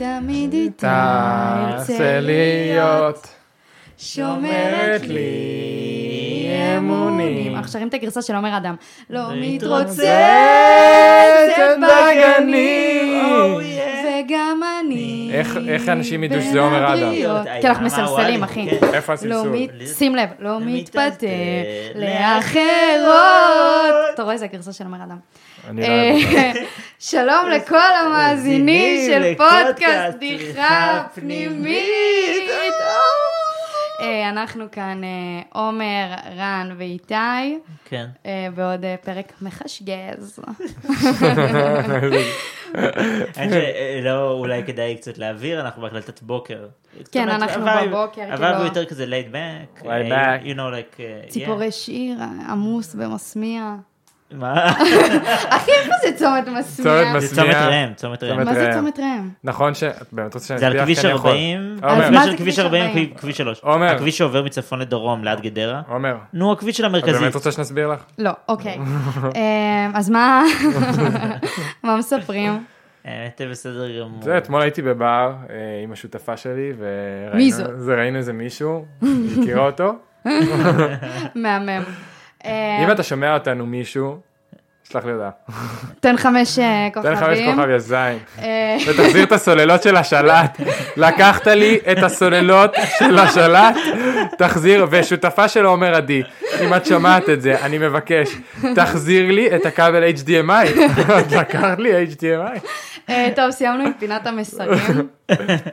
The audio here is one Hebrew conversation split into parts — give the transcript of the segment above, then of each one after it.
לי תרצה להיות שומרת לי אמונים. אנחנו שרים את הגרסה של עומר אדם. לא מתרוצצת מתרוצצת בגנים, Oh, בגנים. וגם אני. איך- איך אנשים ידעו שזה עומר אדם? מהבריות. כי אנחנו מסלסלים, אחי. איפה לא הסבסוד? מת... שים לב, לא מתפתה לאחרות. לאחרות. אתה רואה, זה הגרסה של עומר אדם. אני לא אוהב אה. אותה. שלום לכל המאזינים של פודקאסט בדיחה אה, פנימית. אה, אנחנו כאן אה, עומר, רן ואיתי, כן. אה, בעוד אה, פרק מחשגז. כן. האמת שלא, אולי כדאי קצת להעביר, אנחנו בהקלטת בוקר. זאת אומרת, כן, אנחנו עבר- בבוקר, עבר כאילו- הוא יותר כזה laid back. Laid אה, back. You know, like... אה, ציפורי שיר, אה, עמוס ומסמיע. yeah. מה? אחי, איפה זה צומת מסמיע? צומת מס- זה צומת שנייה. ראם, צומת ראם. צומת- מה זה ראם. צומת ראם? נכון ש... את באמת רוצה שאני זה על אצליח? כביש כי אני יכול. 40, נכון. עומר. אז מה הכביש זה של כביש כביש 40, 40? כביש 3. עומר. הכביש שעובר מצפון לדרום, ליד גדרה. עומר, נו, הכביש של את באמת המרכזית. רוצה שנסביר לך? לא, אוקיי. אה, אז מה מה מספרים? האמת, אה, בסדר גמור. זה, אתמול הייתי בבר אה, עם השותפה שלי, וראינו... מי זו? זה, ראינו איזה מישהו, היא הכירה אותו. מהמם. אה, אם אתה שומע אותנו מישהו, שלח לי הודעה. תן חמש אה, תן חמש כוכבים. כוכב יזיים. אה, ותחזיר את הסוללות של השלט. לקחת לי את הסוללות של השלט, תחזיר, ושותפה שלו אומר עדי, אם את שומעת את זה, אני מבקש, תחזיר לי את הכבל HDMI. את לקחת לי HDMI. אה, טוב, סיימנו עם פינת המסרים.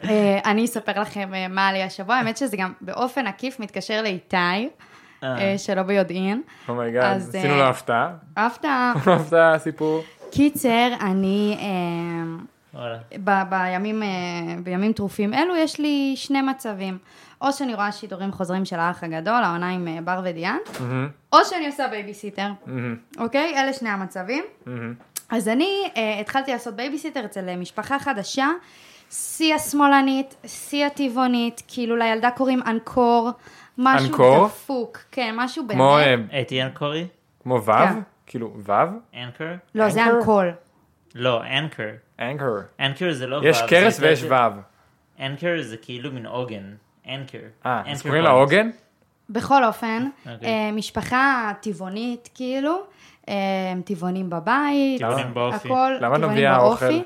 אה, אני אספר לכם אה, מה עלי השבוע, האמת שזה גם באופן עקיף מתקשר לאיתי, אה, שלא ביודעין. אומייגאד, אז, Oh עשינו אה, לו הפתעה. אהבת? אהבת הסיפור? קיצר, אני... אה, וואלה. ב- בימים, אה, בימים טרופים אלו יש לי שני מצבים. או שאני רואה שידורים חוזרים של האח הגדול, העונה עם אה, בר ודיאן, או שאני עושה בייביסיטר, אוקיי? אלה שני המצבים. אז אני אה, התחלתי לעשות בייביסיטר אצל אה, משפחה חדשה, שיא השמאלנית, שיא הטבעונית, כאילו לילדה קוראים אנקור, משהו אנקור? דפוק, כן, משהו באמת. כמו אה, הייתי אנקורי? כמו וו? כן. כאילו וו? אנקר? לא, זה אנקור? אנקול. לא, אנקר. אנקר. אנקר זה לא וו. יש זה קרס יותר- ויש וו. אנקר זה כאילו מין עוגן. אנקר. אה, אז Anchor קוראים לה points. עוגן? בכל אופן, אוקיי. אה, משפחה טבעונית כאילו, אה, טבעונים בבית, טבעונים באופי. הכל למה את לא טבעונים מביאה באופי. אוכל?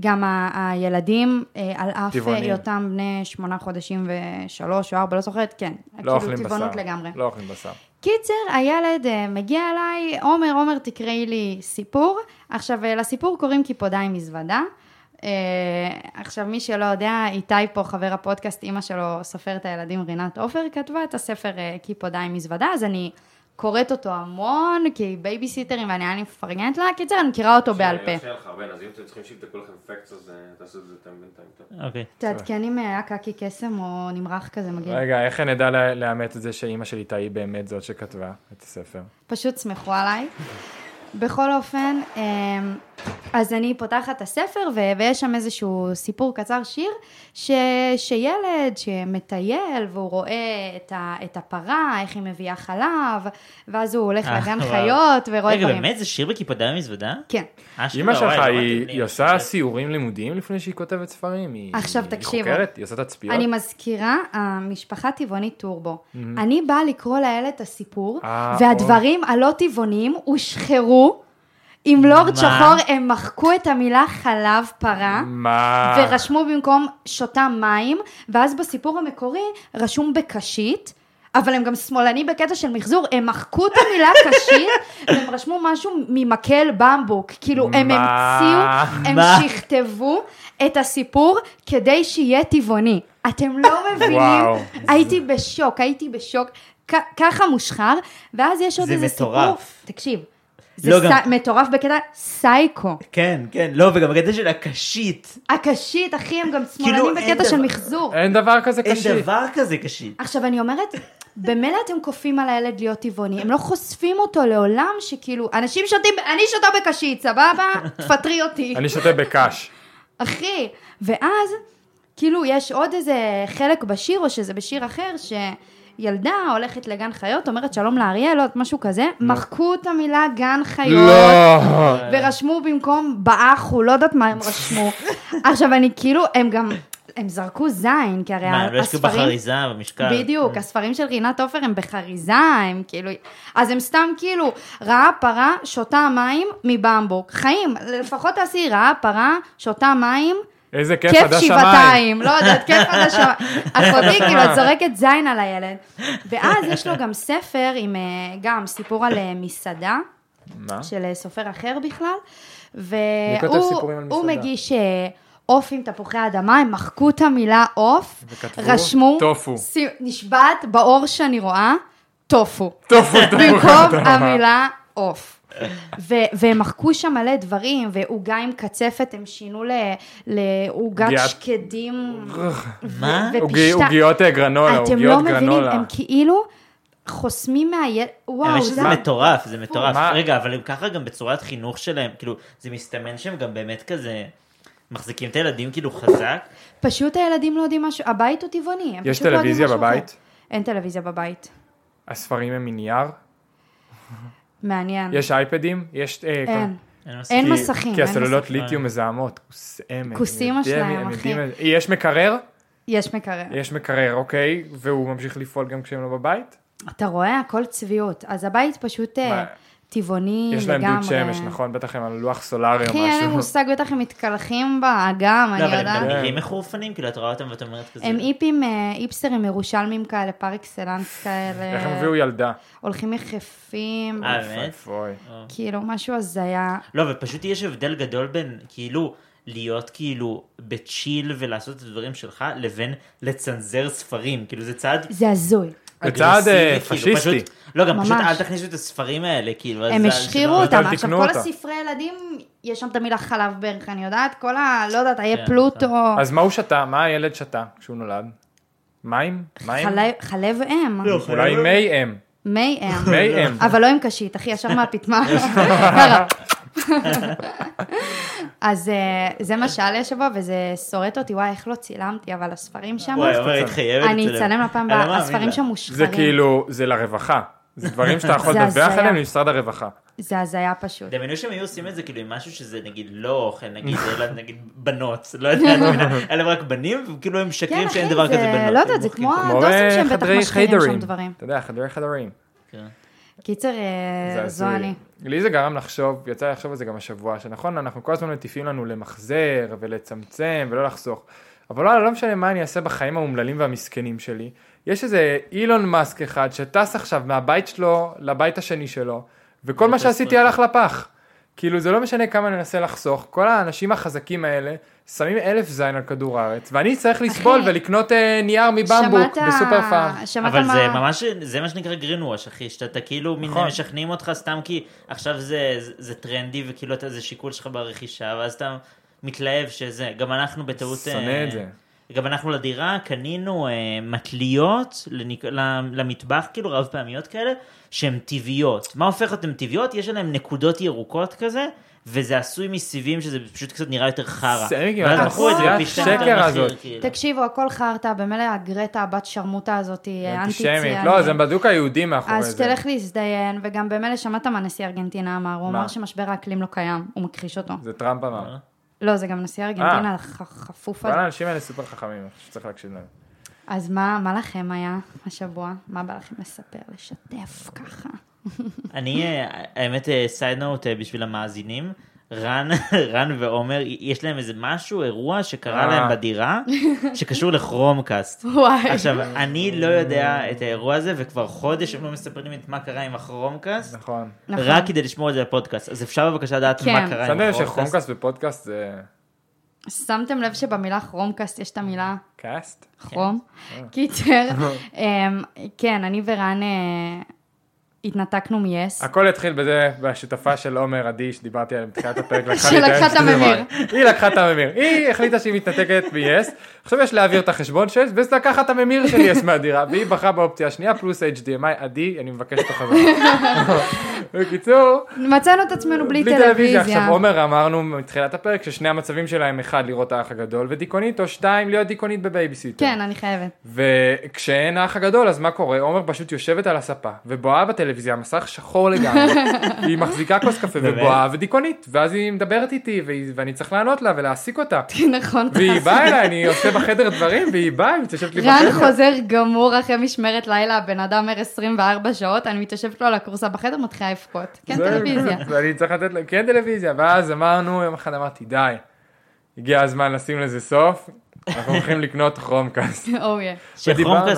גם ה- הילדים, אה, על אף טבעונים. היותם בני שמונה חודשים ושלוש או ארבע, לא זוכרת, כן. לא אוכלים בשר. טבעונות לגמרי. לא אוכלים בשר. קיצר, הילד אה, מגיע אליי, עומר, עומר, תקראי לי סיפור. עכשיו, אה, לסיפור קוראים קיפודיים מזוודה. אה, עכשיו, מי שלא יודע, איתי פה, חבר הפודקאסט, אימא שלו, סופרת הילדים רינת עופר, כתבה את הספר אה, קיפודיים מזוודה, אז אני קוראת אותו המון, כי היא בייביסיטרים ואני אני מפרגנת לה. קיצר, אני מכירה אותו בעל אני פה. לא אשאל לך הרבה, אז אם אתם צריכים שיבדקו לכם פקס, אז אה, תעשו את זה אתם בינתיים. טוב. אוקיי. תעדכן אם היה קקי קסם או נמרח כזה מגיע. רגע, איך נדע לה- לאמת את זה שאימא שלי תאי באמת זאת שכתבה את הספר? פשוט סמכו עליי. בכל אופן, אמ, אז אני פותחת את הספר, ו- ויש שם איזשהו סיפור קצר שיר, ש- שילד שמטייל, והוא רואה את, ה- את הפרה, איך היא מביאה חלב, ואז הוא הולך אה, לגן וואו. חיות, ורואה רגע, דברים. באמת זה שיר בקיפודיי מזוודה? כן. לא, אימא שלך, היא היא כן. עושה סיורים לימודיים לפני שהיא כותבת ספרים? היא- עכשיו תקשיבו. היא חוקרת? היא עושה תצפיות? אני מזכירה, המשפחה טבעונית טורבו. Mm-hmm. אני באה לקרוא לילד את הסיפור, אה, והדברים הלא טבעוניים הושחרו. עם לורד מה? שחור הם מחקו את המילה חלב פרה. מה? ורשמו במקום שותה מים, ואז בסיפור המקורי רשום בקשית, אבל הם גם שמאלנים בקטע של מחזור, הם מחקו את המילה קשית, והם רשמו משהו ממקל במבוק, כאילו הם מה? המציאו, הם מה? שכתבו את הסיפור כדי שיהיה טבעוני. אתם לא מבינים, וואו. הייתי בשוק, הייתי בשוק, כ- ככה מושחר, ואז יש עוד זה איזה סיפור, מטורף. תקשיב, זה לא, גם- סי- מטורף בקטע סייקו. כן, כן, לא, וגם הקטע של הקשית. הקשית, אחי, הם גם כאילו, שמאלנים אין בקטע של דבר- מחזור. אין דבר כזה אין קשה. דבר כזה קשית. עכשיו, אני אומרת, במילא אתם כופים על הילד להיות טבעוני, הם לא חושפים אותו לעולם שכאילו, אנשים שותים, אני שותה בקשית, סבבה? תפטרי אותי. אני שותה בקש. אחי, ואז, כאילו, יש עוד איזה חלק בשיר, או שזה בשיר אחר, שילדה הולכת לגן חיות, אומרת שלום לאריאל, עוד משהו כזה, מחקו את המילה גן חיות. לא! אה. ורשמו במקום באח, הוא לא יודעת מה הם רשמו. עכשיו, אני כאילו, הם גם... הם זרקו זין, כי הרי מה, הם לא ישקיעו אה, הספרים... בחריזה, אה. במשקל. בדיוק, הספרים של רינת עופר הם בחריזה, הם כאילו... אז הם סתם כאילו, רעה פרה, שותה מים מבמבוק. חיים, לפחות תעשי רעה פרה, שותה מים, איזה כיף עד כיף השמיים. שבעתיים, לא יודעת, כיף עד השמיים. אחותי כאילו, את זורקת זין על הילד. ואז יש לו גם ספר עם אה, גם סיפור על אה, מסעדה. מה? של אה, סופר אחר בכלל, כותב סיפורים על והוא מסעדה? מגיש אה, עוף עם תפוחי אדמה, הם מחקו את המילה עוף, וכתבו? רשמו, טופו. ס- נשבעת באור שאני רואה, טופו, טופו, טופו. במקום אתה אמר. המילה עוף. ו- והם מחקו שם מלא דברים, ועוגה עם קצפת הם שינו ל- לעוגת עוגיית- שקדים. ו- מה? ופשטה- עוגי- עוגיות אה, גרנולה, אתם עוגיות לא מבינים, גרנולה. הם כאילו חוסמים מהילד, וואו, האמת שזה זה... מטורף, זה מטורף. מה? רגע, אבל הם ככה גם בצורת חינוך שלהם, כאילו, זה מסתמן שהם גם באמת כזה מחזיקים את הילדים כאילו חזק. פשוט הילדים לא יודעים משהו, הבית הוא טבעוני. הם יש פשוט לא יודעים טלוויזיה משהו אחר. בבית? אין טלוויזיה בבית. הספרים הם מנייר? מעניין. יש אייפדים? יש... אה, אין. אני לא מסכים. אין כי- מסכים. כי אין הסוללות מסכים. ליתיום מזהמות. כוס אמת. כוסים הם יודעים- השניים, הם אחי. יודעים את זה. יש מקרר? מסכים. יש מקרר. יש מקרר, אוקיי. והוא ממשיך לפעול גם כשהם לא בבית? אתה רואה, הכל צביעות. אז הבית פשוט אה, מה? טבעוני כן, לגמרי. יש להם דוד שמש, נכון? בטח הם על לוח סולארי או אחי, אין לי משהו. מושג, בטח הם מתקלחים באגם, לא, אני אבל הם גם יודעת. נראים מחורפנים, כאילו, את רואה אותם ואת אומרת כזה. הם איפים, אה, איפסרים ירושלמים כאלה, פר אקסלנס איך הם כאלה, הביאו ילדה? הולכים יחפים, אה, אוי, באמת? אוי. כאילו משהו הזיה. לא, ופשוט יש הבדל גדול בין, כאילו, להיות כאילו בצ'יל ולעשות את הדברים שלך, לבין לצנזר ספרים. כאילו, זה צעד... זה הזוי. זה צעד, אה, אגרסיבי, כאילו, פשיסטי. פשוט- לא, גם פשוט ממש. אל תכניסו את הספרים האלה, כאילו. אז הם זה- השחירו זה- אבל אותם, תקנו עכשיו כל אותה. הספרי ילדים, יש שם את המילה חלב ברך, אני יודעת, כל ה... לא יודעת, היה כן, פלוטו, אז מה הוא שתה? מה הילד שתה כשהוא נולד? מים? מים? חלב- חלב אם, אולי מי אם. מי אם, לא. מי אם. אבל לא עם קשית, אחי, ישר מהפטמה. ככה. אז אה, זה מה שהיה לי השבוע, וזה שורט אותי, וואי, איך לא צילמתי, אבל הספרים שם, וואי, אבל היית חייבת אני לצלם. אצלם אני לפעם לא הבאה, מאמין לה. הספרים שם זה מושחרים. כאילו, זה לרווחה. זה דברים שאתה יכול זה לדווח הזיה. אה, עליהם למשרד הרווחה. זה הזיה פשוט. דמיינו שהם היו עושים את זה כאילו עם משהו שזה נגיד לא אוכל, נגיד, אלא נגיד בנות, לא יודע, אני מבינה, אלה רק בנים, וכאילו הם משקרים שאין דבר כזה כן, זה- בנות. לא יודעת, הם זה מוחקים כמו כל- כמו אה, הדוסים שהם בטח חדרי משחירים שם חיידרים. דברים. אתה יודע, חדרי חדרים. כן. קיצר, אה, זה זו הזוי. אני. לי זה גרם לחשוב, יצא לי לחשוב על זה גם השבוע, שנכון, אנחנו כל הזמן מטיפים לנו למחזר ולצמצם ולא לחסוך. אבל וואלה, לא משנה מה אני אעשה בחיים האומללים והמסכנים שלי. יש איזה אילון מאסק אחד שטס עכשיו מהבית שלו לבית השני שלו, וכל מה שעשיתי הלך לפח. כאילו זה לא משנה כמה ננסה לחסוך, כל האנשים החזקים האלה שמים אלף זין על כדור הארץ, ואני צריך לסבול ולקנות אה, נייר מבמבוק שמעת- בסופר פארם. שמעת אבל זה מה... ממש, זה מה שנקרא greenwash, אחי, שאתה כאילו, מין נכון. משכנעים אותך סתם כי עכשיו זה- זה זה טרנדי, וכאילו אתה- זה שיקול שלך ברכישה, ואז אתה מתלהב שזה, גם אנחנו בטעות... שונא אה, את זה. גם אנחנו לדירה קנינו אה, מטליות לניק- ל- למטבח, כאילו רב פעמיות כאלה, שהן טבעיות. מה הופך אותן טבעיות? יש עליהן נקודות ירוקות כזה, וזה עשוי מסיבים שזה פשוט קצת נראה יותר חרא. זה מגיע, ואז הכל מכרו את זה זה בפי שתיים יותר השקר מחיר, הזאת. כאילו. תקשיבו, הכל חרטא, במילא הגרטה, הבת שרמוטה הזאת, היא אנטישמית. אנטי-ציונית. לא, זה בדוק היהודים מאחורי זה. אה, אז תלך להזדיין, וגם במילא שמעת מה נשיא ארגנטינה אמר, הוא מה? אמר שמשבר האקלים לא קיים, הוא מכחיש אותו. זה טראמפ אמר. לא, זה גם נשיא ארגנטינה אה. הח- חפוף אבל הזה. האנשים האלה סופר חכמים, אני חושב שצריך להקשיב להם. אז מה מה לכם היה השבוע? מה בא לכם לספר, לשתף ככה? אני, אה, האמת, סייד נוט בשביל המאזינים, רן, רן ועומר, יש להם איזה משהו, אירוע שקרה אה. להם בדירה, שקשור לכרומקאסט. וואי. עכשיו, אני לא יודע את האירוע הזה, וכבר חודש הם לא מספרים את מה קרה עם הכרומקאסט, נכון. נכון. רק כדי לשמור את זה לפודקאסט. אז אפשר בבקשה לדעת כן. מה קרה שמתם עם לב הכרומקאסט? שחומקאסט ופודקאסט זה שמתם לב שבמילה כרומקאסט יש את המילה קאסט? כרום? כן. אה. קיצר, אמ, כן, אני ורן אה, התנתקנו מ-yes. הכל התחיל בזה, בשותפה של עומר עדי, שדיברתי עליהם בתחילת הפרק, לקחה לי שלקחה האש את הממיר. לדבר. היא לקחה את הממיר. היא החליטה שהיא מתנתקת ב-yes, עכשיו יש להעביר את החשבון של yes, וזה לקחת את הממיר של yes מהדירה, והיא בחרה באופציה השנייה, פלוס HDMI, עדי, אני מבקש אותו חזרה. בקיצור, מצאנו את עצמנו בלי עכשיו טלוויזיה. עומר אמרנו מתחילת הפרק ששני המצבים שלהם אחד לראות האח הגדול ודיקונית או שתיים להיות דיקונית בבייביסיטר. כן, אני חייבת. וכשאין האח הגדול אז מה קורה? עומר פשוט יושבת על הספה ובוהה בטלוויזיה, מסך שחור לגמרי, היא מחזיקה כוס קפה באמת? ובוהה ודיקונית, ואז היא מדברת איתי והיא- ואני צריך לענות לה ולהעסיק אותה. נכון. והיא באה אליי, אני עושה בחדר דברים והיא באה, היא מתיישבת לי רן בחדר. חוזר גמור אחרי משמרת לילה, הבן אדם ער 24 שעות, אני מתיישבת לו על הכורסה בחדר, מתחילה לבכות. כן, זה- טלוויזיה. ואני צריך לתת לה, כן טלוויזיה, ואז אמרנו, יום אחד אמרתי, די, הגיע הזמן לשים לזה סוף, אנחנו הולכים לקנות Oh, כרומקאסט. אויה. שכרומקאסט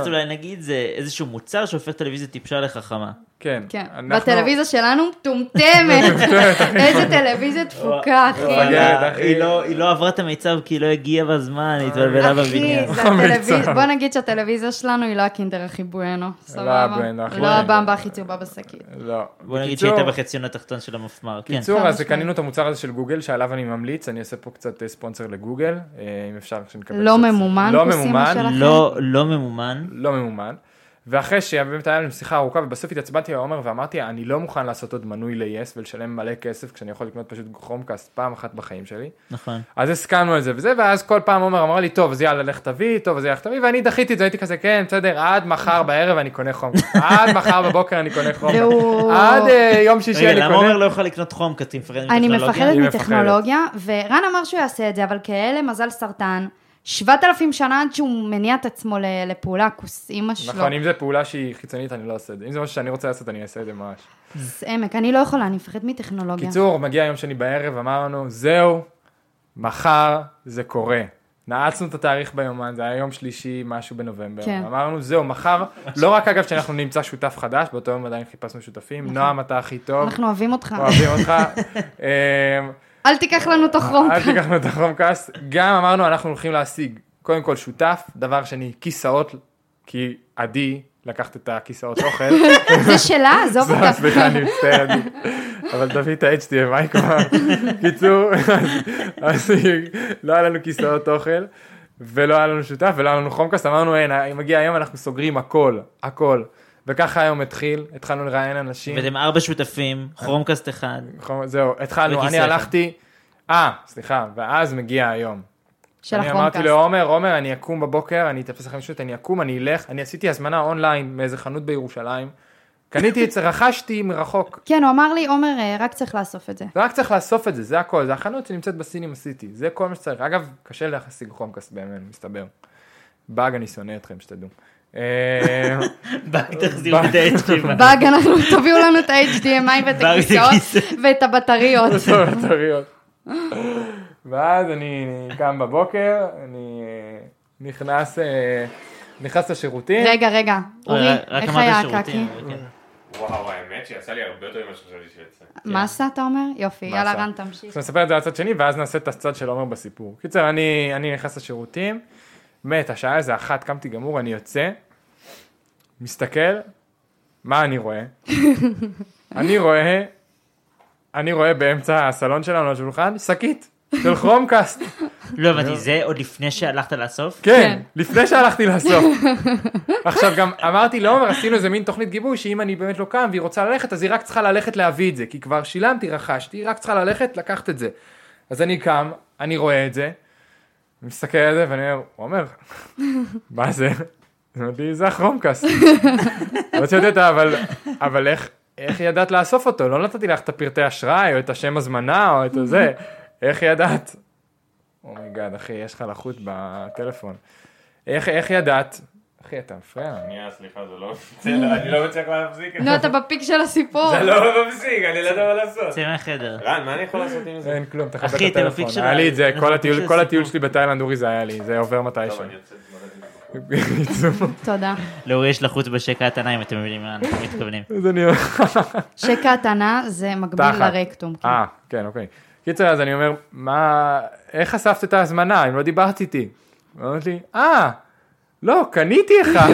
ודיברנו. אולי נגיד זה איזשהו מוצר שהופך טלוויזיה טיפשה לחכמה. כן. כן. אנחנו- בטלוויזיה שלנו מטומטמת. איזה טלוויזיה תפוקה, אחי. מגעד, וואלה, אחי. היא לא- היא לא עברה את המיצב כי היא לא הגיעה בזמן, היא התבלבלה אחי, בבניין. זה המיצב. הטלוויזיה, בוא נגיד שהטלוויזיה שלנו היא לא הקינדר הכי בואנו, סבבה? הבואנו, הכי לא בואנו. הבמבה הכי צהובה בשקית. לא. בוא נגיד בקיצור- שהייתה בחציון התחתון של המפמ"ר, כן. קיצור, חד אז משמעית. קנינו את המוצר הזה של גוגל, שעליו אני ממליץ, אני עושה פה קצת אה, ספונסר לגוגל, אה, אם אפשר שנקבל... לא קצת- ממומן, לא כוסימה ממומן, שלכם? לא- לא ממומן. לא ממומן. ואחרי שבאמת היה לנו שיחה ארוכה, ובסוף התעצבנתי על עומר ואמרתי, אני לא מוכן לעשות עוד מנוי ל-yes ולשלם מלא כסף כשאני יכול לקנות פשוט כרומקאסט פעם אחת בחיים שלי. נכון. אז הסכמנו על זה וזה, ואז כל פעם עומר אמר לי, טוב, אז יאללה, לך תביא, טוב, אז יאללה, לך תביא, ואני דחיתי את זה, הייתי כזה, כן, בסדר, עד מחר בערב אני קונה חומקאסט, עד מחר בבוקר אני קונה חומקאסט, והוא- עד אה, יום שישי רגע, אני למה עומר קונה. לא יכול לקנות חום כי את מפחדת אני מטכנולוגיה? מפחדת היא מפחדת. מטכנולוגיה, ורן אמר שהוא יעשה את זה, אבל כאלה מזל סרטן, 7,000 שנה עד שהוא מניע את עצמו ל- לפעולה, כוס אימא לא? שלו. נכון, אם זו פעולה שהיא חיצונית, אני לא עושה את זה. אם זה משהו שאני רוצה לעשות, אני אעשה את זה ממש. זה עמק, אני לא יכולה, אני מפחדת מטכנולוגיה. קיצור, מגיע יום שני בערב, אמרנו, זהו, מחר זה קורה. נעצנו את התאריך ביומן, זה היה יום שלישי, משהו בנובמבר. כן. אמרנו, זהו, מחר, לא רק אגב שאנחנו נמצא שותף חדש, באותו יום עדיין חיפשנו שותפים, נועם, אתה הכי טוב, אנחנו אוהבים אותך. אוהבים אותך. אמ, אל תיקח לנו את החום. אל תיקח לנו את הכרומקאסט. גם אמרנו, אנחנו הולכים להשיג, קודם כל שותף, דבר שני, כיסאות, כי עדי לקחת את הכיסאות אוכל. זה שלה, עזוב סליחה, אותה. סליחה, אני מצטער, אני- אבל תביא את ה-HDMI כבר. קיצור, אז- אז לא היה לנו כיסאות אוכל, ולא היה לנו שותף, ולא היה לנו חומקאסט, אמרנו, אין, מגיע היום, אנחנו סוגרים הכל, הכל. וככה היום התחיל, התחלנו לראיין אנשים. ואתם ארבע שותפים, כרומקאסט אחד. חומ- נכון, זהו, התחלנו, וכיסא אני אחד. הלכתי, אה, סליחה, ואז מגיע היום. של אני אמרתי החומקאסט. לעומר, עומר, אני אקום בבוקר, אני אתאפס לכם פשוט, אני אקום, אני אלך, אני עשיתי הזמנה אונליין מאיזה חנות בירושלים, קניתי את זה, רכשתי מרחוק, כן, הוא אמר לי, עומר, אה, רק צריך לאסוף את זה. רק צריך לאסוף את זה, זה הכל, זה החנות שנמצאת בסינים סיטי, זה כל מה שצריך. אגב, קשה להשיג חומקאסט בימינו, מסתבר. באג, אני שונא אתכם, שתדעו. אה, באג תחזירו את האצ'ים. באג, אנחנו, תביאו לנו את ה-HDMI ואת באג, הכיסאות הכיסא. ואת הבטריות. אוקיי. טוב, טריות. ואז אני אני קם בבוקר, אני אה, נכנס, אה, נכנס לשירותים. רגע, רגע, אורי, אוקיי, רק איך אמרת היה הקקי? שירותים, אבל כן. וואו, האמת שיצא לי הרבה יותר ממה שחשבתי שיצא. אה. מסה, אתה אומר? יופי, יאללה, מסה. רן, תמשיך. אז נספר את זה לצד שני, ואז נעשה את הצד של עומר בסיפור. קיצר, אני, אני נכנס לשירותים, מת, השעה איזה אחת, קמתי גמור, אני יוצא, מסתכל, מה אני רואה? אני רואה, אני רואה באמצע הסלון שלנו על השולחן, שקית של כרומקאסט. לא הבנתי, זה עוד לפני שהלכת לאסוף? כן, כן. לפני שהלכתי לאסוף. עכשיו גם אמרתי לעומר, עשינו איזה מין תוכנית גיבוי, שאם אני באמת לא קם והיא רוצה ללכת, אז היא רק צריכה ללכת להביא את זה, כי כבר שילמתי, רכשתי, היא רק צריכה ללכת, לקחת את זה. אז אני קם, אני רואה את זה, מסתכל על זה ואני אומר, עומר, מה זה? אז אמרתי, זה הכרומקאסט. לא שהודית, אבל, אבל איך, איך ידעת לאסוף אותו? לא נתתי לך את הפרטי אשראי, או את השם הזמנה, או את זה. איך ידעת? אומייגאד, אחי, יש לך לחות בטלפון. איך, איך ידעת? אחי, אתה מפריע. שנייה, סליחה, זה לא... זה אה. לא- אני לא מצליח להפסיק את זה. נו, אתה בפיק של הסיפור. זה לא מפסיק, אני לא יודע מה לעשות. צא מהחדר. רן, מה אני יכול לעשות עם זה? אין כלום, תכבד את אחי, אתה הטלפון. מפיק של היה לי את זה, ה- כל אתה הטיול, מפיק כל של הטיול סיפור. שלי בתאילנד, אורי, זה היה לי, זה עובר מתישהו. טוב, אני יוצא להתמודד עם זה. בקיצור, תודה. לאורי יש לחוץ בשקע התנא, אם אתם מבינים מה אנחנו מתכוונים. אז אני אומר... שקע התנה זה מקביל תחת. לרקטום. כן. אה, כן, אוקיי. קיצר, אז אני אומר, מה, איך אספת את ההזמנה, אם לא דיברת איתי? היא אומרת לי, אה, לא, קניתי אחד.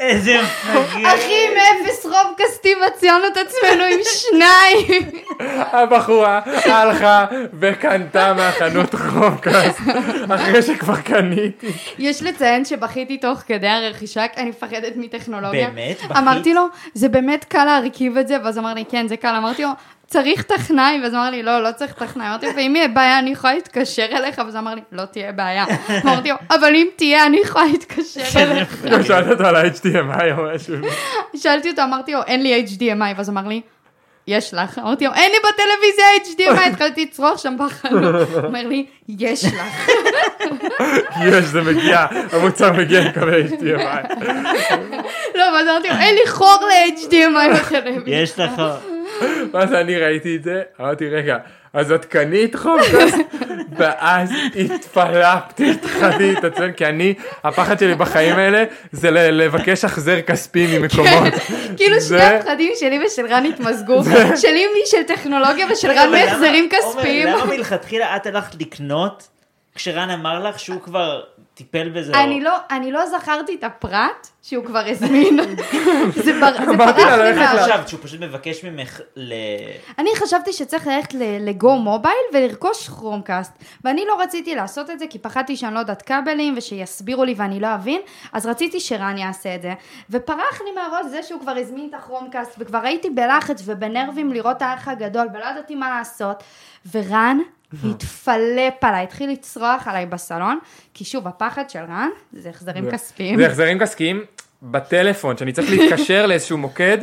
איזה מפגר. אחי, מאפס חוב כספי מצאנו את עצמנו עם שניים. הבחורה הלכה וקנתה מהחנות חומקס אחרי שכבר קניתי. יש לציין שבכיתי תוך כדי הרכישה, כי אני מפחדת מטכנולוגיה. באמת? בכית? אה, אמרתי לו, זה באמת קל להרכיב את זה, ואז אמר לי, כן, זה קל. אמרתי לו, צריך טכנאי, ואז אמר לי, לא, לא צריך טכנאי. אמרתי לו, ואם יהיה בעיה, אני יכולה להתקשר אליך? ואז אמר לי, לא תהיה בעיה. אמרתי לו, אבל אם תהיה, אני יכולה להתקשר איזה אליך. לא מפגר. שאלת אותו על ה-HDMI או משהו. שאלתי אותו, אמרתי לו, אין לי HDMI, ואז אמר לי, יש לך. אמרתי לו, אין לי בטלוויזיה HDMI, התחלתי לצרוח שם בחנות. הוא אומר לי, יש לך. כי יש, זה מגיע, המוצר מגיע עם קווי HDMI. לא, ואז אמרתי לו, אין לי חור ל-HDMI בטלוויזיה. יש לך... ואז אני ראיתי את זה, אמרתי, רגע, אז את קנית חומקס? ואז התפלפתי, התחלתי להתעצבן, כי אני, הפחד שלי בחיים האלה זה ל- לבקש החזר כספי ממקומות. כאילו שני זה- הפחדים שלי ושל רן התמזגו, שלי משל טכנולוגיה ושל רן אבל למה- מהחזרים עומר, כספיים. למה מלכתחילה את הלכת לקנות כשרן אמר לך שהוא כבר טיפל בזה? או- אני לא, אני לא זכרתי את הפרט שהוא כבר הזמין. זה בר- זה אמרתי לה ברח לי ללכת מה לא. מהראש. חשבת שהוא פשוט מבקש ממך ל... אני חשבתי שצריך ללכת ל- לגו מובייל ולרכוש כרומקאסט, ואני לא רציתי לעשות את זה כי פחדתי שאני לא יודעת כבלים ושיסבירו לי ואני לא אבין, אז רציתי שרן יעשה את זה. ופרח לי מהראש זה שהוא כבר הזמין את הכרומקאסט, וכבר הייתי בלחץ ובנרבים לראות את האח הגדול ולא ידעתי מה לעשות, ורן התפלפ עליי, התחיל לצרוח עליי בסלון, כי שוב הפחד של רן זה החזרים כספיים. זה החזרים כספיים בטלפון, שאני צריך להתקשר לאיזשהו מוקד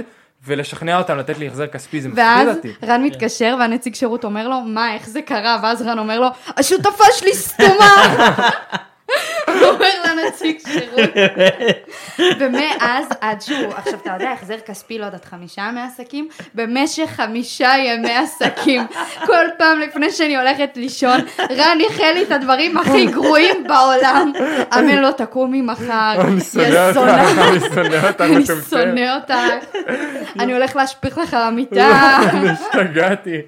ולשכנע אותם לתת לי החזר כספי, זה מפחיד ואז אותי. כן. רן מתקשר והנציג שירות אומר לו, מה, איך זה קרה? ואז רן אומר לו, השותפה שלי סתומה! אומר לנציג שירות. ומאז, עד שהוא, עכשיו אתה יודע, החזר כספי, לא יודעת, חמישה ימי עסקים, במשך חמישה ימי עסקים, כל פעם לפני שאני הולכת לישון, רן איחל לי את הדברים הכי גרועים בעולם. אמן לו, תקומי מחר, אני שונא אותך, יא זונה. אני שונא אותך, אני מטומטם. שונא אותך, אני הולך להשפיך לך על המיטה. אני השתגעתי.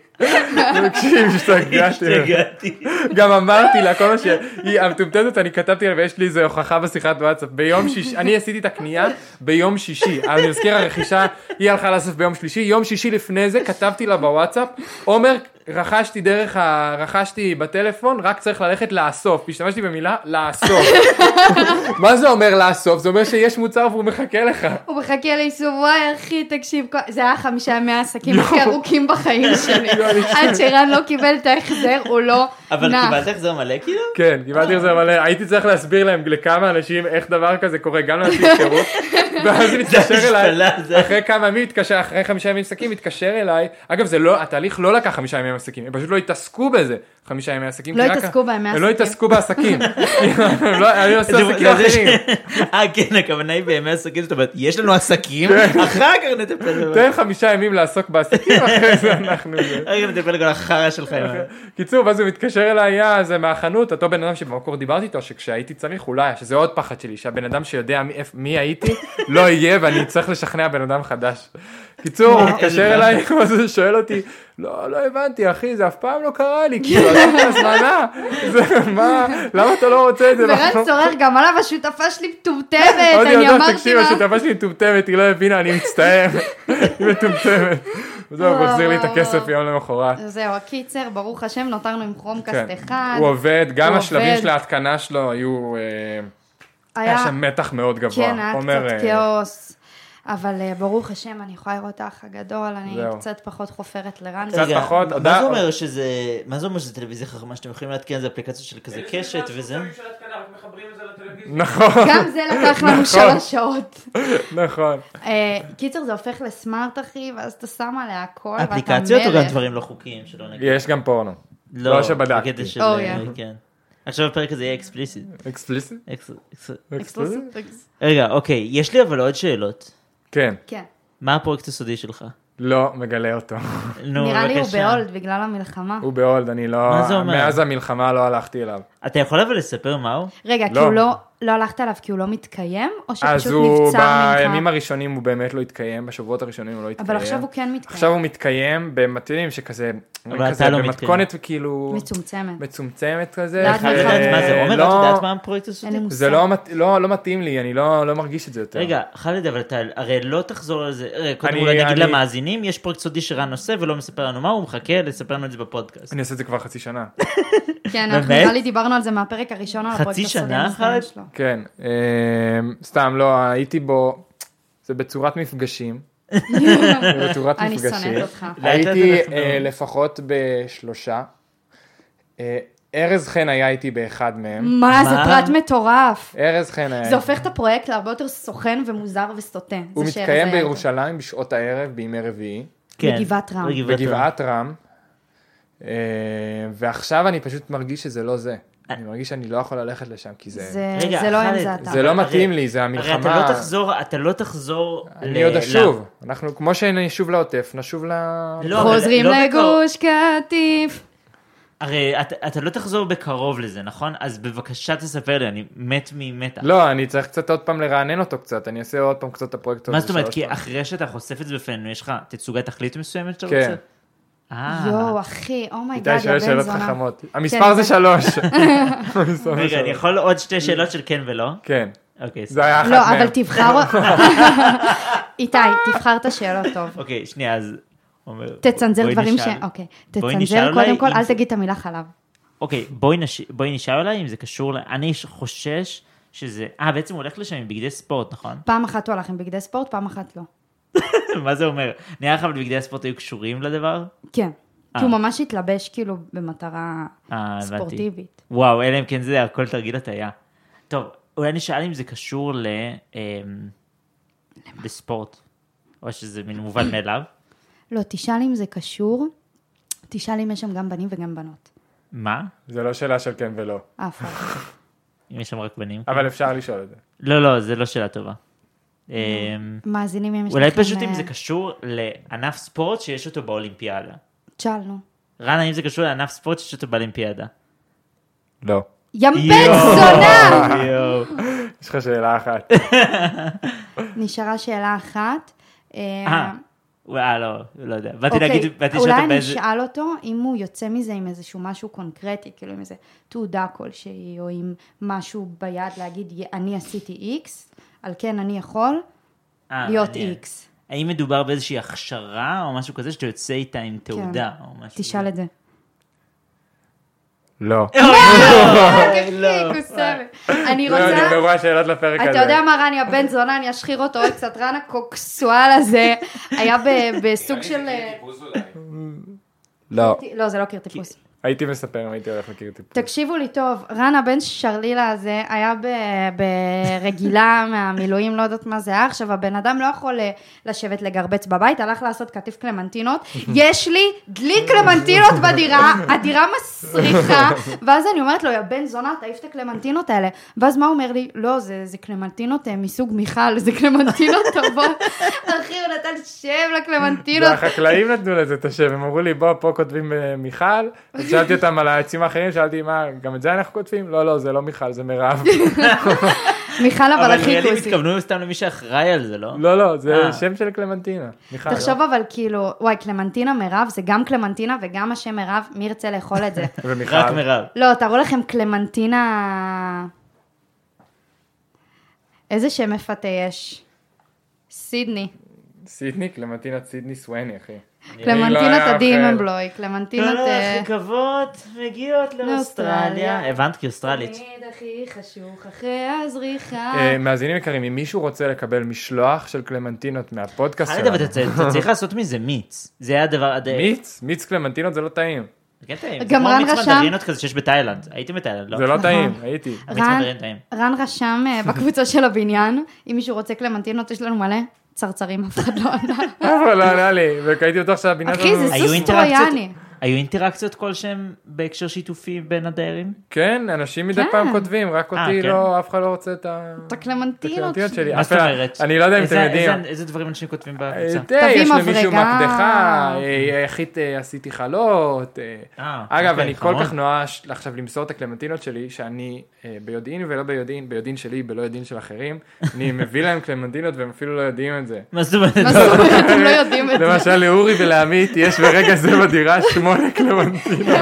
תקשיב, השתגעתי. השתגעתי. גם אמרתי לה, כל מה שהיא המטומטמת, אני כתבתי לה, ויש לי איזה הוכחה בשיחת וואטסאפ. ביום שישי, אני עשיתי את הקנייה ביום שישי. אני מזכיר, הרכישה, היא הלכה לאסוף ביום שלישי. יום שישי לפני זה כתבתי לה בוואטסאפ, עומר, רכשתי דרך ה... רכשתי בטלפון, רק צריך ללכת לאסוף. השתמשתי במילה לאסוף. מה זה אומר לאסוף? זה אומר שיש מוצר והוא מחכה לך. הוא מחכה לאיסוף, וואי אחי, תקשיב, כל- זה היה חמישה ימי העסקים הכי ארוכים בחיים שלי. עד שרן לא קיבל את ההחזר, הוא לא אבל נח. קיבלת החזר מלא כאילו? כן, קיבלתי את זה מלא, הייתי צריך להסביר להם לכמה אנשים איך דבר כזה קורה, גם לאנשים שירות, ואז הוא מתקשר אליי, השפלה, זה- אחרי כמה ימים, התקשר, אחרי חמישה ימים עסקים, התקשר אליי, אגב זה לא, התהליך לא לקח חמישה ימים עסקים, הם פשוט לא התעסקו בזה, חמישה ימי עסקים, לא כי רק- התעסקו בימי הם לא עסקים. התעסקו בעסקים, הם לא- אני עושה זה- עסקים זה זה ש- אחרים, אה כן, הכוונה היא בימי עסקים, זאת אומרת, יש לנו עסקים, כן. אחר כך נטפל בזה. תן חמישה ימים לעסוק בעסקים, אחרי זה אנחנו... זה. רגע נטפל בכל החרא שלך. עם אוקיי. ה- קיצור, ואז הוא מתקשר אליי, יא, זה מהחנות, אותו בן אדם שבמקור דיברתי איתו, שכשהייתי צריך אולי, שזה עוד פחד שלי, שהבן אדם שיודע מי, איפ- מי הייתי, לא יהיה ואני אצטרך לשכנע בן אדם חדש. קיצור, הוא מתקשר אליי, ואז הוא שואל אותי, לא, לא הבנתי, אחי, זה אף פעם לא קרה לי, כאילו, עזבתי הזמנה, זה מה, למה אתה לא רוצה את זה? ורן אנחנו- צורח גם עליו, השותפה שלי מטומטמת, עוד אני יודעת, אמרתי תקשיב, לה. השותפה שלי מטומטמת, היא לא הבינה, אני מצטער, היא מטומטמת. וזהו, הוא וואו, החזיר לי את וואו, הכסף וואו. יום למחרת. זהו, הקיצר, ברוך השם, נותרנו עם כרומקאסט כן. אחד. הוא עובד, גם הוא השלבים עובד. של ההתקנה שלו היו, אה, היה שם מתח מאוד גבוה. כן, היה עומר, קצת אה, כאוס. אבל אה, ברוך השם, אני יכולה לראות את האח הגדול, אני זהו. קצת פחות חופרת לרן. קצת רגע, פחות, מה הודעה- זה אומר שזה, מה זה אומר שזה טלוויזיה חכמה שאתם יכולים להתקין איזה אפליקציות של כזה קשת וזה? נכון, גם זה לקח לנו שלוש שעות. נכון. אה, קיצר, זה הופך לסמארט, אחי, ואז אתה שם עליה הכל, ואתה מלך. אפליקציות או גם דברים לא חוקיים שלא נגיד? יש גם פורנו. לא שבדקתי. בקטע של, Oh, yeah. כן. עכשיו הפרק הזה יהיה אקספליסיט. אקספליסט? אקס- אקס- אקספליסט? רגע, אוקיי, יש לי אבל עוד שאלות. כן, כן. מה הפרויקט הסודי שלך? לא מגלה אותו. נו, נראה לי הוא בבקשה. בהולד בגלל המלחמה. הוא בהולד, אני לא... מה זה אומר? מאז המלחמה לא הלכתי אליו. אתה יכול אבל לספר מהו? רגע, כי לא. הוא לא... לא הלכת עליו כי הוא לא מתקיים, או שפשוט אז נבצר הוא, ממך? בימים הראשונים הוא באמת לא התקיים, בשבועות הראשונים הוא לא התקיים. אבל עכשיו הוא כן מתקיים. עכשיו הוא מתקיים במתאים שכזה, אבל כזה אתה לא במתכונת כאילו מצומצמת. מצומצמת כזה. לא, את ש- את יודעת מה זה עומר? לא- את יודעת מה הפרויקט הזה? אין לי מושג. זה לא מת- לא לא מתאים לי, אני לא לא מרגיש את זה יותר. רגע, חאלד, אבל אתה הרי לא תחזור על זה, אה, קודם אני- אולי נגיד אני- למאזינים, יש פרויקט סודי שרן עושה ולא מספר לנו מה, הוא מחכה לספר לנו את זה בפודקאסט. אני עושה את זה כבר חצי שנה. כן, אנחנו באמת? נראה לי דיברנו על זה מהפרק הראשון על חצי הפרויקט הסודי. שנה המסתמן אחת? שלו. כן, אמ, סתם, לא, הייתי בו, זה בצורת מפגשים. זה בצורת אני מפגשים. שונאת אותך. לאט לאט הייתי אנחנו- אה, לפחות בשלושה. אה, ארז חן היה איתי באחד מהם. מה, זה מה? פרט מטורף. ארז חן היה Mm. איתי. זה הופך את הפרויקט להרבה יותר סוכן ומוזר וסוטה. זה כן. הוא שארז מתקיים היה בירושלים בשעות הערב בימי רביעי, כן. בגבעת רם. בגבעת רם. בגבעת רם. אה, ועכשיו אני פשוט מרגיש שזה לא זה. אני מרגיש שאני לא יכול ללכת לשם, כי אותו. זה... זה רגע, זה לא הם, חאלד, זה אתה. זה לא הרי- מתאים לי, זה הרי אתה לא המלחמה. תחזור, אתה לא תחזור... אני ל- עוד ל- אשוב. אנחנו, כמו שנשוב לעוטף, נשוב ל... לא, אבל- חוזרים לא בקרוב. לגוש קטיף. הרי אתה- אתה לא תחזור בקרוב לזה, נכון? אז בבקשה תספר לי, אני מת ממתח. לא, אני צריך קצת עוד פעם לרענן אותו קצת, אני אעשה עוד פעם קצת את הפרויקט. מה הזה זאת אומרת? שלוש כי פעמים. אחרי שאתה חושף את זה בפנינו, יש לך תצוגת תכלית מסוימת שאתה כן. רוצה? אה. יואו, אחי, oh אומייגאד, איתי שואל יא בן שאלות זונה. כן, חכמות. המספר זה זה- שלוש. המספר זה רגע, אני שלוש. יכול עוד שתי שאלות של כן ולא? כן, אוקיי, זה היה אחת לא, מהם. אבל תבחר... איתי, תבחר את השאלות טוב. אוקיי, שנייה, אז... עומר, תצנזר בואי דברים ש... נשאל. אוקיי. בואי נשאל תצנזר אולי קודם כל, אם אל זה- תגיד את המילה חלב. אוקיי, בואי נש- בואי נשאל אולי אם זה קשור ל... אני ש- חושש שזה... אה, בעצם הוא הולך לשם עם בגדי ספורט, נכון? פעם אחת הוא הלך עם בגדי ספורט, פעם אחת לא. מה זה אומר? נראה לך אבל בגדי הספורט היו קשורים לדבר? כן. אה. כי הוא ממש התלבש כאילו במטרה אה, הבנתי. ספורטיבית. וואו, אלא אם כן זה הכל תרגיל הטעיה. טוב, אולי נשאל אם זה קשור ל... אמ, לספורט. או שזה מין מובן מאליו. לא, תשאל אם זה קשור, תשאל אם יש שם גם בנים וגם בנות. אה, מה? זה לא שאלה של כן ולא, אף אחד. אם יש שם רק בנים. אבל אפשר לשאול את זה. לא, לא, זה לא שאלה טובה. אמ, מאזינים אם לא. יש לכם... אולי פשוט אם אה, זה קשור לענף ספורט שיש אותו באולימפיאדה. תשאל, נו. רן, האם זה קשור לענף ספורט שיש אותו באולימפיאדה? לא. ים בן יואו. זונה! יואו. יש לך שאלה אחת. נשארה שאלה אחת. אה, וואלה, לא, לא יודע. באתי אוקיי, להגיד, באתי לשאול אולי אותו אני באיזה... אשאל אותו אם הוא יוצא מזה עם איזשהו משהו קונקרטי, כאילו עם איזה תעודה כלשהי, או עם משהו ביד להגיד, "יה- אני עשיתי איקס, על כן אני יכול אה, להיות מעניין. איקס. האם מדובר באיזושהי הכשרה או משהו כזה שאתה יוצא איתה עם תעודה או משהו? כן. תשאל את זה. לא. אוקיי, אני אה, לא, רוצה... נגמרו השאלות לפרק הזה. אתה יודע מה, רן, יא בן זונה, אני אשחיר אותו עוד קצת, רן הקוקסואל הזה, היה ב- בסוג של... אה, לא. לא, זה לא קיר טיפוס. הייתי מספר אם הייתי הולך לקיר טיפול. תקשיבו לי טוב, רן הבן שרלילה הזה היה ב- ברגילה מהמילואים, לא יודעת מה זה היה, עכשיו הבן אדם לא יכול אה, לשבת לגרבץ בבית, הלך לעשות קטיף קלמנטינות, יש לי דלי קלמנטינות בדירה, הדירה מסריחה, ואז אני אומרת לו, יא בן זונה, תעיף את הקלמנטינות האלה, ואז מה הוא אומר לי? לא, זה, זה קלמנטינות אה, מסוג מיכל, זה קלמנטינות טובות, אחי, הוא נתן שם לקלמנטינות, והחקלאים נתנו לזה את השם, הם אמרו לי בוא פה כותבים אה, מיכל, אז שאלתי אותם על העצים האחרים, שאלתי מה, גם את זה אנחנו כותבים? לא, לא, זה לא מיכל, זה מירב. מיכל אבל אבל הכי נראה לי כוסית. התכוונו סתם למי שאחראי על זה, לא? לא, לא, זה אה. שם של קלמנטינה, מיכל. לא? תחשוב אבל כאילו, וואי, קלמנטינה מירב, זה גם קלמנטינה וגם השם מירב, מי ירצה לאכול את זה? ומיכל. רק מירב. לא, תארו לכם קלמנטינה... איזה שם מפתה יש? סידני. סידני, קלמנטינת סידני סואני, אחי. לא קלמנטינות היה הדימנבלוי, לא, קלמנטינות... לא, אה, רכבות מגיעות לאוסטרליה. לאוסטרליה. הבנת כי אוסטרלית. תמיד הכי חשוך אחרי הזריחה. אה, מאזינים יקרים, אם מישהו רוצה לקבל משלוח של קלמנטינות מהפודקאסט חאלד, אבל שלנו, אתה צ- אתה צריך לעשות מזה מיץ. זה היה הדבר... הד- מיץ, מיץ קלמנטינות זה לא טעים, זה כן טעים. גם זה רן כמו מיץ רשם- מנדרינות כזה שיש בתאילנד. הייתם בתאילנד, לא? זה לא נכון. טעים, הייתי. מיץ רן- מנדרין טעים. רן רשם אה, בקבוצה של הבניין, אם מישהו רוצה קלמנטינות, יש לנו מלא צרצרים, אף אחד לא ענה. אבל לא ענה לי, וכהייתי בטוח שהבינה אחי, זה שלנו... היו סוס אינטראקציות- טרויאני. היו אינטראקציות כלשהן בהקשר שיתופי בין הדיירים? כן, אנשים מדי כן. פעם כותבים, רק אה, אותי כן? לא, אף אחד לא רוצה את ה... את הקלמנטינות הקלמנטינות שלי. שלי. מה זאת אפילו- אומרת? אני לא יודע אם איזה- אתם יודעים. איזה- איזה דברים אנשים כותבים בקבוצה? אה, תה, יש למישהו מברגה. מקדחה, אה, יחית אה, עשיתי חלות. אה. אה, אגב, אוקיי, אני כל חמוד. כך נואש עכשיו למסור את הקלמנטינות שלי, שאני אה, ביודעין ולא ביודעין, ביודעין שלי, בלא יודעין של אחרים, אני מביא להם קלמנטינות והם אפילו לא יודעים את זה. מה זאת אומרת? מה זאת אומרת? אתם לא יודעים את זה. למשל לאורי ולעמית יש ברגע זה בדירה שמונה קלמנטינות.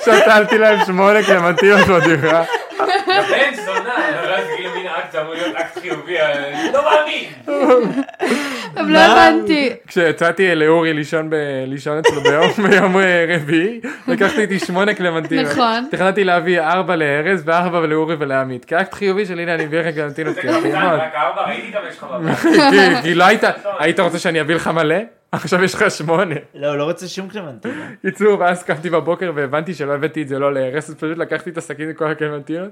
שתלתי להם שמונה קלמנטינות בדירה. לבן זונה, ואז כאילו מין אקט זה אמור להיות אקט חיובי, אני לא מאמין. כן, טוב, לא הבנתי. כשיצאתי לאורי לישון, ב... לישון אצלו ביום, ביום אה, רביעי, לקחתי איתי שמונה קלמנטינות. נכון. תכננתי להביא ארבע לארז וארבע לאורי ולעמית. כאקט חיובי של הנה אני מביא לך קלמנטינות. זה כי הן קטן, טעימות. רק ארבע, ראיתי כמה יש לך בבית. כי- כי לא היית, היית רוצה שאני אביא לך מלא? עכשיו יש לך שמונה. לא, הוא לא רוצה שום קלמנטינה. קיצור, ואז קמתי בבוקר והבנתי שלא הבאתי את זה לא לארז, אז פשוט לקחתי את הסכין עם כל הקלמנטינות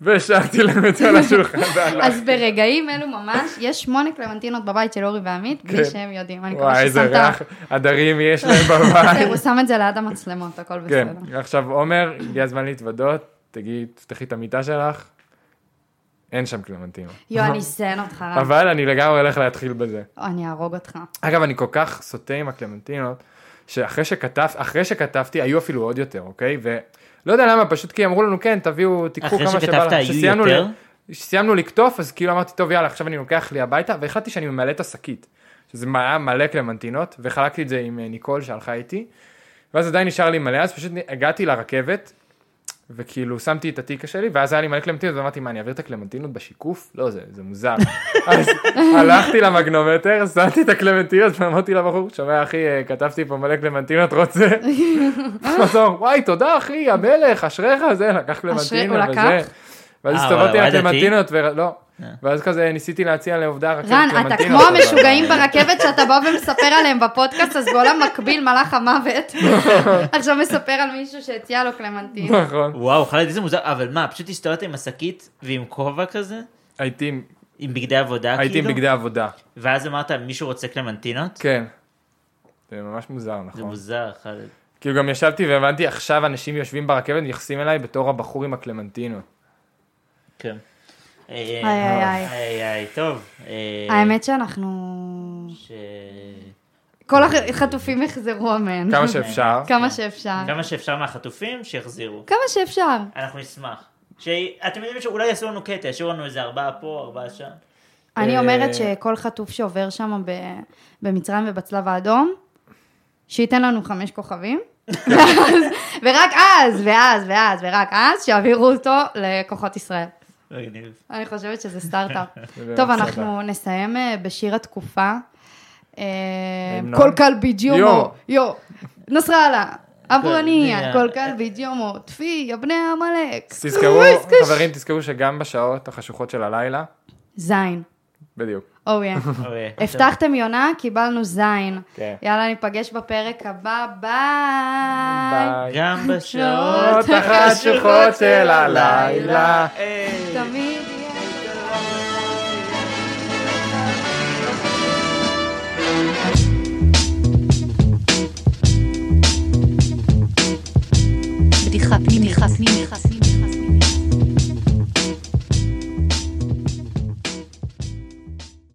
והשארתי להם את זה על השולחן. והלכתי. אז ברגעים אלו ממש, יש שמונה קלמנטינות בבית של אורי ועמית, כן. בלי שהם יודעים. אני מקווה וואי, איזה ששמת... אוקיי, ריח הדרים יש להם בבית. הוא שם את זה ליד המצלמות, הכל כן, בסדר. עכשיו עומר, הגיע הזמן להתוודות, תגידי, תפתחי את המיטה שלך, אין שם קלמנטינות. יואו, אני אזיין אותך, רם. אבל אני לגמרי הולך להתחיל בזה. או, אני אהרוג אותך. אגב, אני כל כך סוטה עם הקלמנטינות, שאחרי שכתב, אחרי שכתבתי, היו אפילו עוד יותר, אוקיי? ולא יודע למה, פשוט כי אמרו לנו, כן, תביאו, תיקחו אחרי כמה שבא שכתבת היו כשסיימנו יותר? ל- כשסיימנו לקטוף, אז כאילו אמרתי, טוב, יאללה, עכשיו אני לוקח לי הביתה, והחלטתי שאני ממלא את השקית. שזה היה מלא קלמנטינות, וחלקתי את זה עם אה, ניקול שהלכה איתי, ואז עדיין נשאר לי מלא, אז פשוט הגעתי לרכבת, וכאילו שמתי את התיקה שלי, ואז היה לי מלא קלמנטינות, ואמרתי, מה, אני אעביר את הקלמנטינות בשיקוף? לא, זה, זה מוזר. אז הלכתי למגנומטר, שמתי את הקלמנטינות, ואמרתי לבחור, שומע, אחי, אה, כתבתי פה מלא קלמנטינות, רוצה? אז הוא אמר, וואי, תודה, אחי, המלך, אשריך, זה, לקח קלמנטינה, הוא וזה. לקח? ואז אה, הסתובבתי הוא על היה דתי? הקלמנטינות, ולא. לא. ואז כזה ניסיתי להציע לעובדה רק רן, אוקיי, קלמנטינות. אתה כמו אבל- המשוגעים ברכבת שאתה בא ומספר עליהם בפודקאסט, אז בעולם מקביל מלאך המוות. עכשיו מספר על מישהו שהציע לו קלמנטין. נכון. וואו, חלד, איזה מוזר, אבל מה, פשוט הסתובבת עם השקית ועם כובע כזה? הייתי עם- עם בגדי עבודה, הייתי עם כאילו? בגדי עבודה, ואז אמרת, מישהו רוצה קלמנטינות? כן. זה ממש מוזר, זה נכון. מוזר, חלד. כאילו גם ישבתי והבנתי עכשיו אנשים יושבים ברכבת מתייחסים אליי בתור הבחור עם הקלמנטינות. כן. איי איי, איי. איי איי, טוב. אה, אוקיי. האמת שאנחנו... ש- כל הח- החטופים יחזרו, אמן. כמה שאפשר. כמה שאפשר. כמה שאפשר מהחטופים, שיחזירו. כמה שאפשר. אנחנו נשמח. ש- אתם יודעים שאולי יעשו לנו קטע, ישאירו לנו איזה ארבעה פה, ארבעה שם. אני אה, אומרת שכל חטוף שעובר שם ב- במצרים ובצלב האדום, שייתן לנו חמש כוכבים, ואז- ורק אז, ואז, ואז, ורק אז, שיעבירו אותו לכוחות ישראל. מגניב. אני חושבת שזה סטארט-אפ. זה טוב, באמת אנחנו נסיים אה, בשיר התקופה. אה, המנון? כל קלבי ג'יומו, יו. יו, נסראללה, אבו כן, הנייה, הנייה. כל קלבי ג'יומו, טפי, יא בני עמלק. תזכרו, וויסקש. חברים, תזכרו שגם בשעות החשוכות של הלילה, זין, Oh, בדיוק. אוי. אוקיי. הבטחתם יונה, קיבלנו זין. כן. יאללה, ניפגש בפרק הבא, ביי. ביי. לא, גם בשעות שעות החשוכות של הלילה. אה. תמיד.